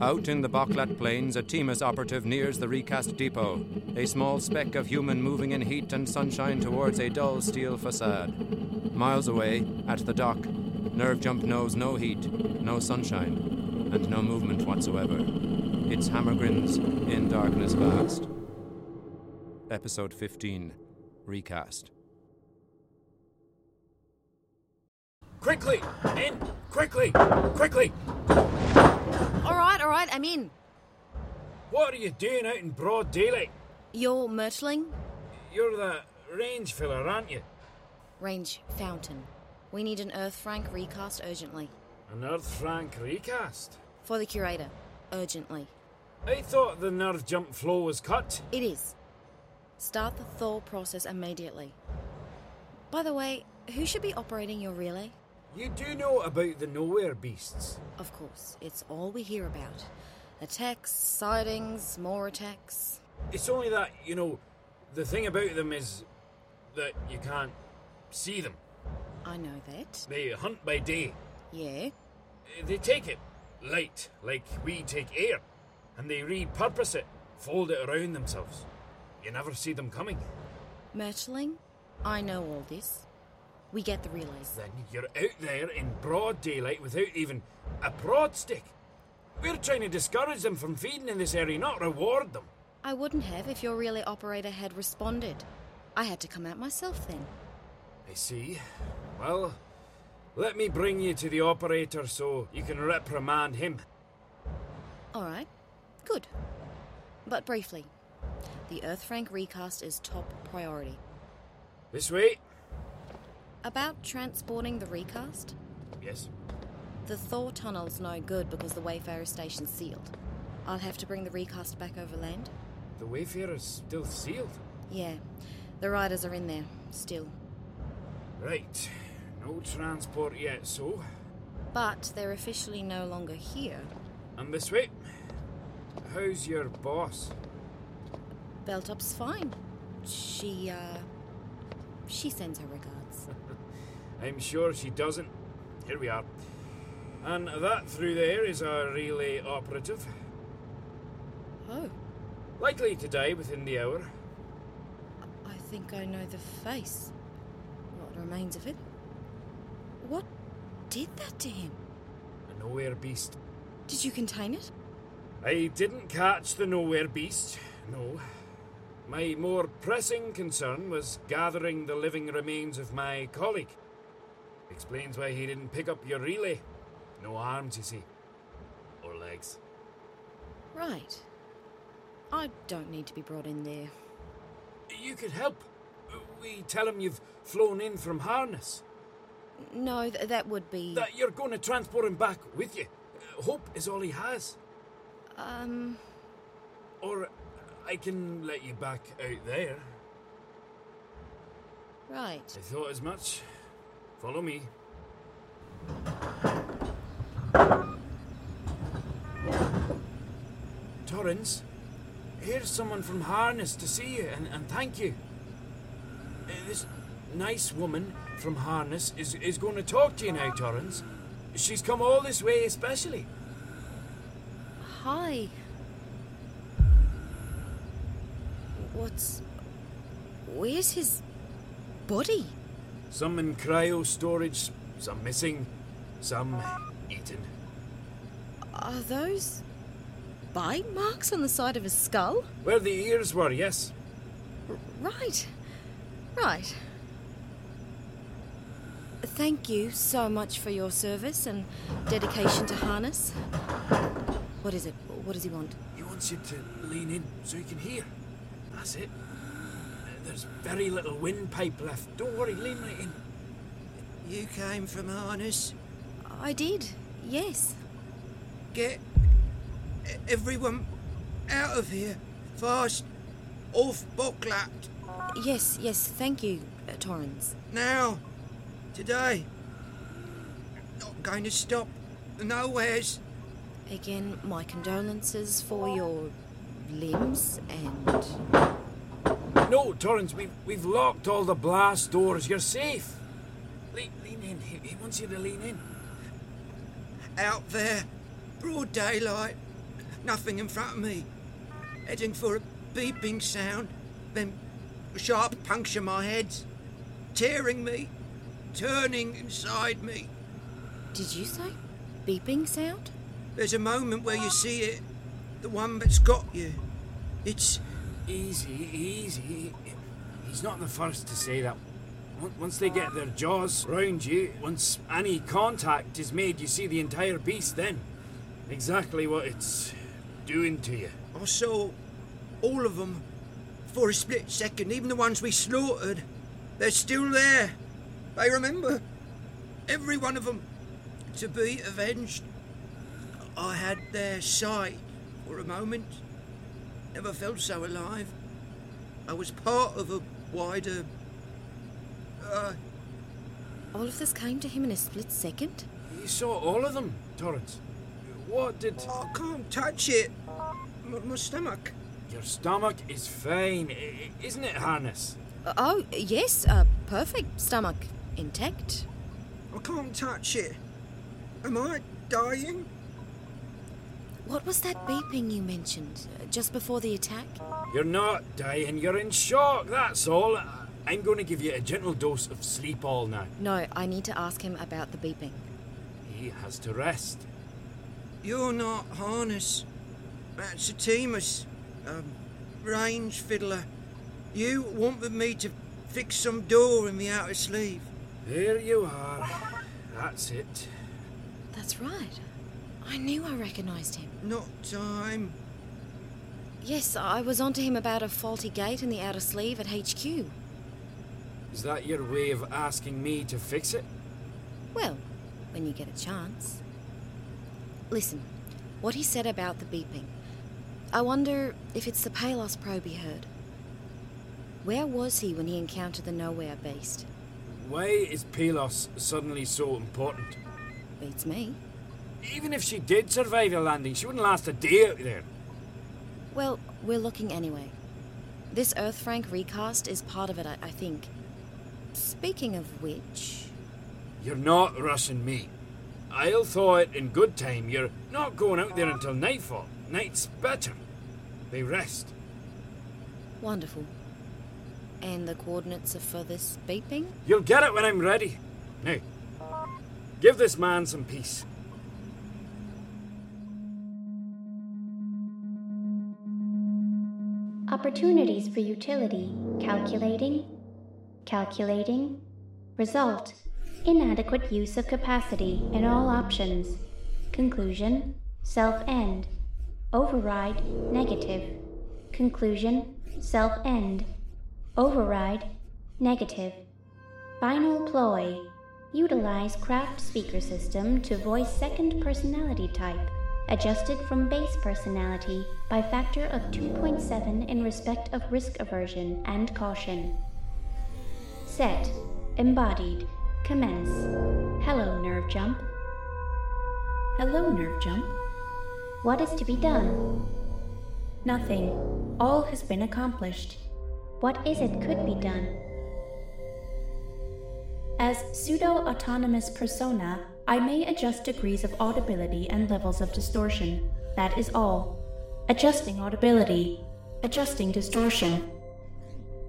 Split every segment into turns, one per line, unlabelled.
Out in the Boklat Plains, a Timas operative nears the recast depot, a small speck of human moving in heat and sunshine towards a dull steel facade. Miles away, at the dock, Nerve Jump knows no heat, no sunshine, and no movement whatsoever. It's Hammergrins in darkness vast. Episode 15 Recast.
Quickly! In! Quickly! Quickly!
All right, all right, I'm in.
What are you doing out in broad daylight?
You're Mertling?
You're that range filler, aren't you?
Range Fountain. We need an Earth Frank recast urgently.
An Earth Frank recast?
For the curator. Urgently.
I thought the nerve jump flow was cut.
It is. Start the thaw process immediately. By the way, who should be operating your relay?
You do know about the nowhere beasts.
Of course, it's all we hear about. Attacks, sightings, more attacks.
It's only that, you know, the thing about them is that you can't see them.
I know that.
They hunt by day.
Yeah.
They take it light, like we take air, and they repurpose it, fold it around themselves. You never see them coming.
Mertling, I know all this. We get the relays.
Then you're out there in broad daylight without even a prod stick. We're trying to discourage them from feeding in this area, not reward them.
I wouldn't have if your relay operator had responded. I had to come out myself then.
I see. Well, let me bring you to the operator so you can reprimand him.
All right. Good. But briefly, the Earthfrank recast is top priority.
This way?
About transporting the recast,
Yes.
the Thor tunnel's no good because the Wayfarer station's sealed. I'll have to bring the recast back over land.
The Wayfarer's still sealed.
Yeah, the riders are in there, still.
Right. No transport yet, so.
But they're officially no longer here.
And this way? How's your boss?
Beltup's fine. She, uh. She sends her regards.
I'm sure she doesn't. Here we are. And that through there is our relay operative.
Oh,
Likely to die within the hour.
I think I know the face. What remains of it? What did that to him?
A nowhere beast.
Did you contain it?
I didn't catch the nowhere beast, no. My more pressing concern was gathering the living remains of my colleague. Explains why he didn't pick up your relay. No arms, you see. Or legs.
Right. I don't need to be brought in there.
You could help. We tell him you've flown in from harness.
No, th- that would be.
That you're going to transport him back with you. Uh, Hope is all he has.
Um,
Or uh, I can let you back out there.
right.
I thought as much. Follow me. Torrens, here's someone from Harness to see you and, and thank you. Uh, This nice woman from Harness is, is going to talk to you now, Torrens. She's come all this way especially.
Hi. What's. Where's his body?
Some in cryo storage, some missing, some eaten.
Are those. bite marks on the side of his skull?
Where the ears were, yes.
Right. Right. Thank you so much for your service and dedication to Harness. What is it? What does he want?
He wants you to lean in so you can hear. That's it. There's very little windpipe left. Don't worry, lean right in.
You came from Harness.
I did, yes.
Get e- everyone out of here. Fast. Off Boklat.
Yes, yes, thank you, uh, Torrens.
Now. Today. Not going to stop. Nowheres.
Again, my condolences for your limbs and.
No, Torrance, we've, we've locked all the blast doors. You're safe. Lean, lean in. He, he wants you to lean in.
Out there. Broad daylight. nothing in front of me. Heading for a beeping sound, then a sharp puncture my head, tearing me, turning inside me.
Did you say? Beeping sound?
There's a moment where you see it, the one that's got you. It's
Easy, easy. He's not the first to say that. On- Once they get their jaws round you, once any contact is made, you see the entire beast then. Exactly what it's doing to you.
I saw all of them for a split second, even the ones we slaughtered. They're still there. They remember. Every one of them to be avenged. I had their sight for a moment. Never felt so alive. I was part of a wider. Uh,
All of this came to him in a split second?
You saw all of them, Torrance. What did.
I can't touch it. My, my stomach.
Your stomach is fine, i- i- isn't it, Harness?
Uh, Oh, yes, uh, perfect. Stomach intact.
I can't touch it. Am I dying?
What was that beeping you mentioned uh, just before the attack?
You're not dying, you're in shock, that's all. I- I'm going to give you a gentle dose of sleep all now.
No, I need to ask him about the beeping.
He has to rest.
You're not harness. That's a Timus, um, range fiddler. You wanted me to fix some door in the outer sleeve.
There you are. That's it.
That's right. I knew I recognized him.
Not time.
Yes, I was onto him about a faulty gate in the outer sleeve at HQ.
Is that your way of asking me to fix it?
Well, when you get a chance. Listen, what he said about the beeping. I wonder if it's the Palos probe he heard. Where was he when he encountered the Nowhere Beast?
Why is Pelos suddenly so important?
Beats me.
Even if she did survive a landing, she wouldn't last a day out there.
Well, we're looking anyway. This Earthfrank recast is part of it, I, I think. Speaking of which,
You're not rushing me. I'll thaw it in good time. You're not going out there until nightfall. Night's better. They rest.
wonderful. And the coordinates are for this beeping?
You'll get it when I'm ready. Now, give this man some peace.
Opportunities for utility. Calculating. Calculating. Result. Inadequate use of capacity in all options. Conclusion. Self end. Override. Negative. Conclusion. Self end. Override. Negative. Final ploy. Utilize craft speaker system to voice second personality type, adjusted from base personality by factor of 2.7 in respect of risk aversion and caution. Set. Embodied. Commence. Hello, nerve jump.
Hello, Nerve Jump.
What is to be done?
Nothing. All has been accomplished.
What is it could be done?
As pseudo autonomous persona, I may adjust degrees of audibility and levels of distortion. That is all. Adjusting audibility. Adjusting distortion.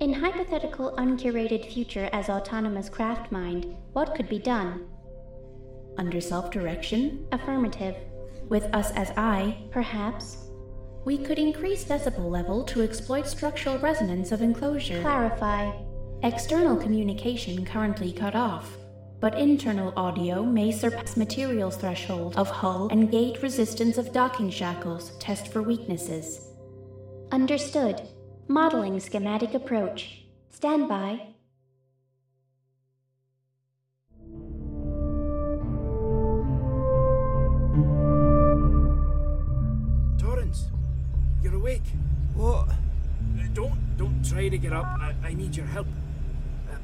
In hypothetical uncurated future as autonomous craft mind, what could be done?
Under self direction,
Affirmative.
with us as I,
Perhaps.
we could increase decibel level to exploit structural resonance of enclosure.
Clarify.
External communication currently cut off, but internal audio may surpass materials threshold of hull and gate resistance of docking shackles test for weaknesses.
Understood. Modeling schematic approach. Standby.
Torrance, you're awake.
What?
Uh, don't don't try to get up. I, I need your help. Uh,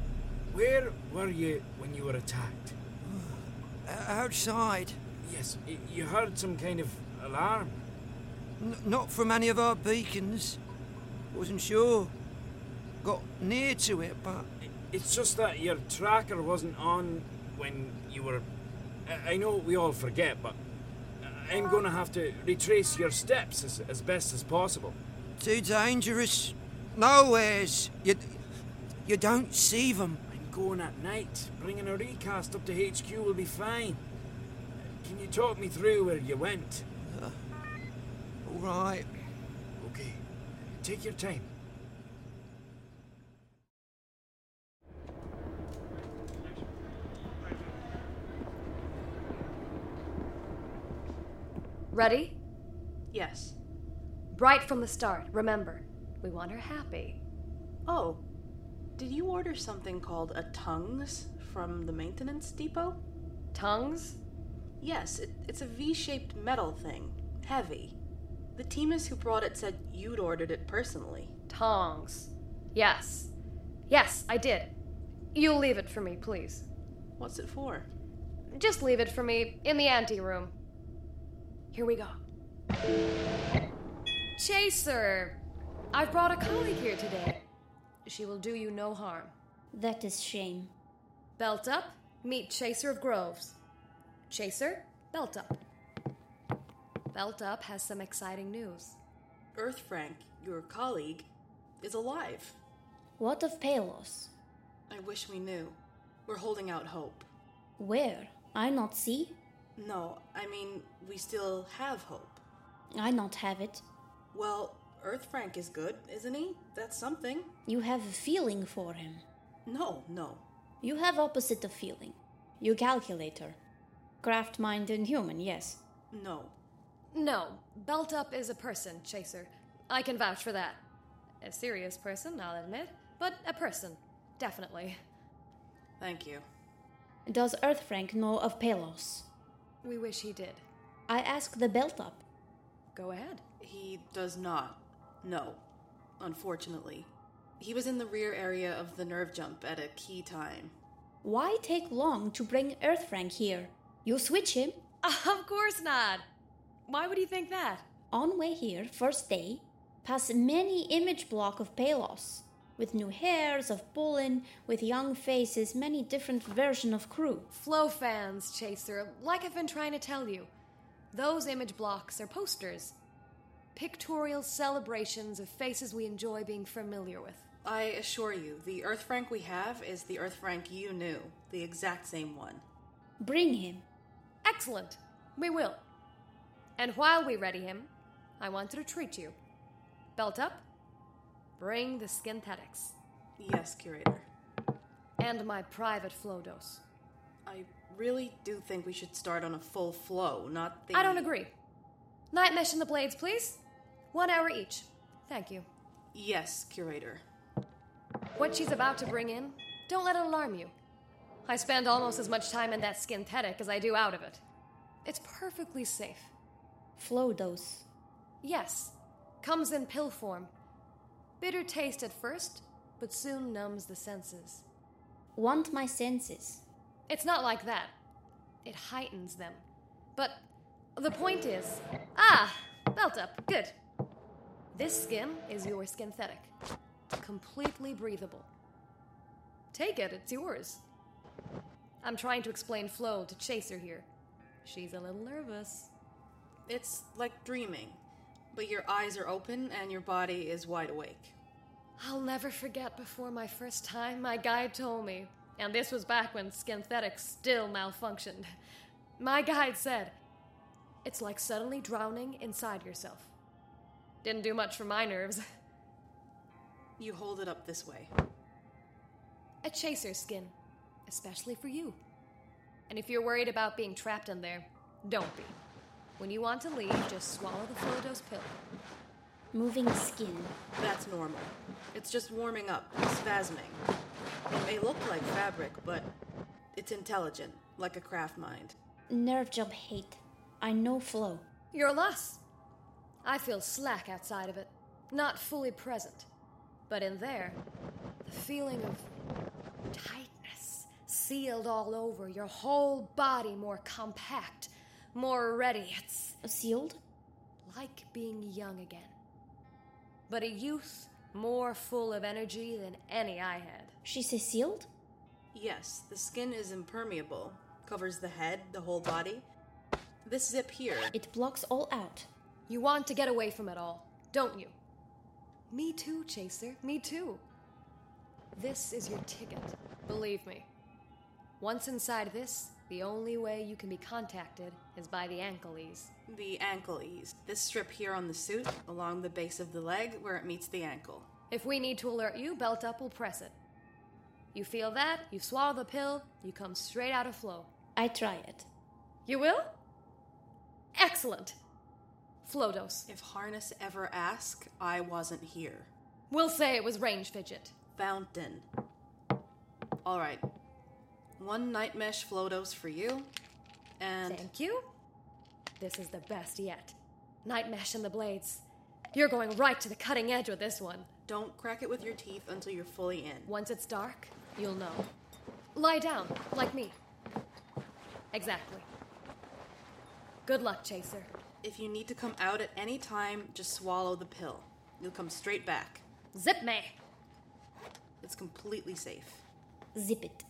where were you when you were attacked?
O- outside.
Yes, y- you heard some kind of alarm.
N- not from any of our beacons. Wasn't sure. Got near to it, but
I- It's just that your tracker wasn't on when you were. I- I know we all forget, but I- I'm going to have to retrace your steps as, as best as possible.
Too dangerous. Nowheres. You, you don't see them.
I'm going at night. Bringing a recast up to HQ will be fine. Can you talk me through where you went?
All right.
Okay. Take your time.
Ready?
Yes.
Right from the start, remember. We want her happy.
Oh, did you order something called a tongues from the maintenance depot?
Tongues?
Yes, it, it's a V shaped metal thing. Heavy. The teamist who brought it said you'd ordered it personally.
Tongs. Yes. Yes, I did. You'll leave it for me, please.
What's it for?
Just leave it for me in the ante room. Here we go. Chaser! I've brought a colleague here today. She will do you no harm.
That is shame.
Belt up, meet Chaser of Groves. Chaser, belt up. Belt up has some exciting news.
Earth Frank, your colleague, is alive.
What of Palos?
I wish we knew. We're holding out hope.
Where? I not see?
No, I mean, we still have hope.
I not have it.
Well, Earth Frank is good, isn't he? That's something.
You have a feeling for him.
No, no.
You have opposite of feeling. You calculator. Craft mind and human, yes.
No.
No, Belt Up is a person, Chaser. I can vouch for that. A serious person, I'll admit, but a person, definitely.
Thank you.
Does Earthfrank know of Palos?
We wish he did.
I ask the belt up.
Go ahead.
He does not. No. Unfortunately. He was in the rear area of the nerve jump at a key time.
Why take long to bring Earthfrank here? You switch him.
Of course not! Why would he think that?
On way here, first day, pass many image block of Palos, with new hairs of Bullen, with young faces, many different version of crew.
Flow fans, Chaser, like I've been trying to tell you, those image blocks are posters. Pictorial celebrations of faces we enjoy being familiar with.
I assure you, the Earth Frank we have is the Earth Frank you knew, the exact same one.
Bring him.
Excellent! We will. And while we ready him, I want to treat you. Belt up, bring the skinthetics,
Yes, curator.
and my private flow dose.
I really do think we should start on a full flow, not the.
I don't agree. Night mesh and the blades, please. One hour each. Thank you.
Yes, curator.
What she's about to bring in, don't let it alarm you. I spend almost as much time in that skinthetic as I do out of it. It's perfectly safe.
Flow dose.
Yes, comes in pill form. Bitter taste at first, but soon numbs the senses.
Want my senses.
It's not like that. It heightens them. But the point is ah, belt up, good. This skin is your skinthetic, completely breathable. Take it, it's yours. I'm trying to explain Flo to Chaser here. She's a little nervous.
It's like dreaming, but your eyes are open and your body is wide awake.
I'll never forget before my first time, my guide told me, and this was back when Skinthetics still malfunctioned. My guide said, It's like suddenly drowning inside yourself. Didn't do much for my nerves.
You hold it up this way.
A chaser's skin, especially for you. And if you're worried about being trapped in there, don't be. When you want to leave, just swallow the flow dose pill.
Moving skin.
That's normal. It's just warming up, spasming. It may look like fabric, but it's intelligent, like a craft mind.
Nerve job hate. I know flow.
You're a loss. I feel slack outside of it, not fully present. But in there, the feeling of tightness sealed all over, your whole body more compact, more ready. It's
Sealed?
like being young again. But a youth more full of energy than any I had.
She say sealed?
Yes, the skin is impermeable, covers the head, the whole body. This zip here.
It blocks all out.
You want to get away from it all, don't you? Me too, Chaser. Me too. This is your ticket. Believe me. Once inside this, the only way you can be contacted is by the ankles.
The ankle ease. This strip here on the suit, along the base of the leg where it meets the ankle.
If we need to alert you, Belt Up will press it. You feel that, you swallow the pill, you come straight out of flow.
I try it.
You will? Excellent. Flodos.
If Harness ever ask, I wasn't here.
We'll say it was range fidget.
Fountain. Alright. One night mesh floatos for you. And
Thank you. This is the best yet. Night mesh and the blades. You're going right to the cutting edge with this one.
don't crack it with your teeth until you're fully in.
Once it's dark, you'll know. Lie down, like me. Exactly. Good luck, Chaser.
If you need to come out at any time, just swallow the pill. You'll come straight back.
Zip me!
It's completely safe.
Zip it.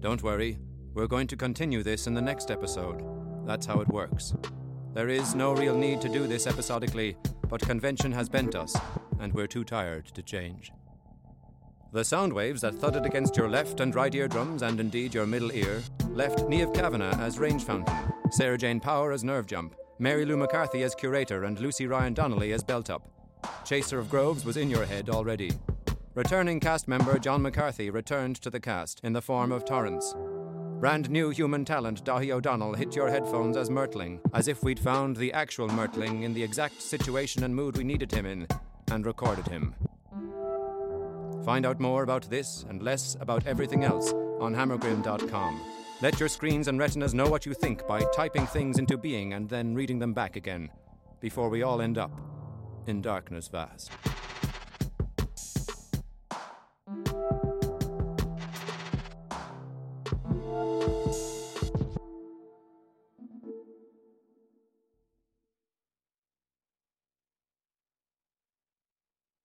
Don't worry, we're going to continue this in the next episode. That's how it works. There is no real need to do this episodically, but convention has bent us, and we're too tired to change. The sound waves that thudded against your left and right eardrums, and indeed your middle ear, left Neve Kavanagh as Range Fountain, Sarah Jane Power as Nerve Jump, Mary Lou McCarthy as Curator, and Lucy Ryan Donnelly as Belt Up. Chaser of Groves was in your head already. Returning cast member John McCarthy returned to the cast in the form of Torrance. Brand new human talent Dahi O'Donnell hit your headphones as Mertling, as if we'd found the actual Mertling in the exact situation and mood we needed him in, and recorded him. Find out more about this and less about everything else on hammergrim.com. Let your screens and retinas know what you think by typing things into being and then reading them back again, before we all end up in darkness vast.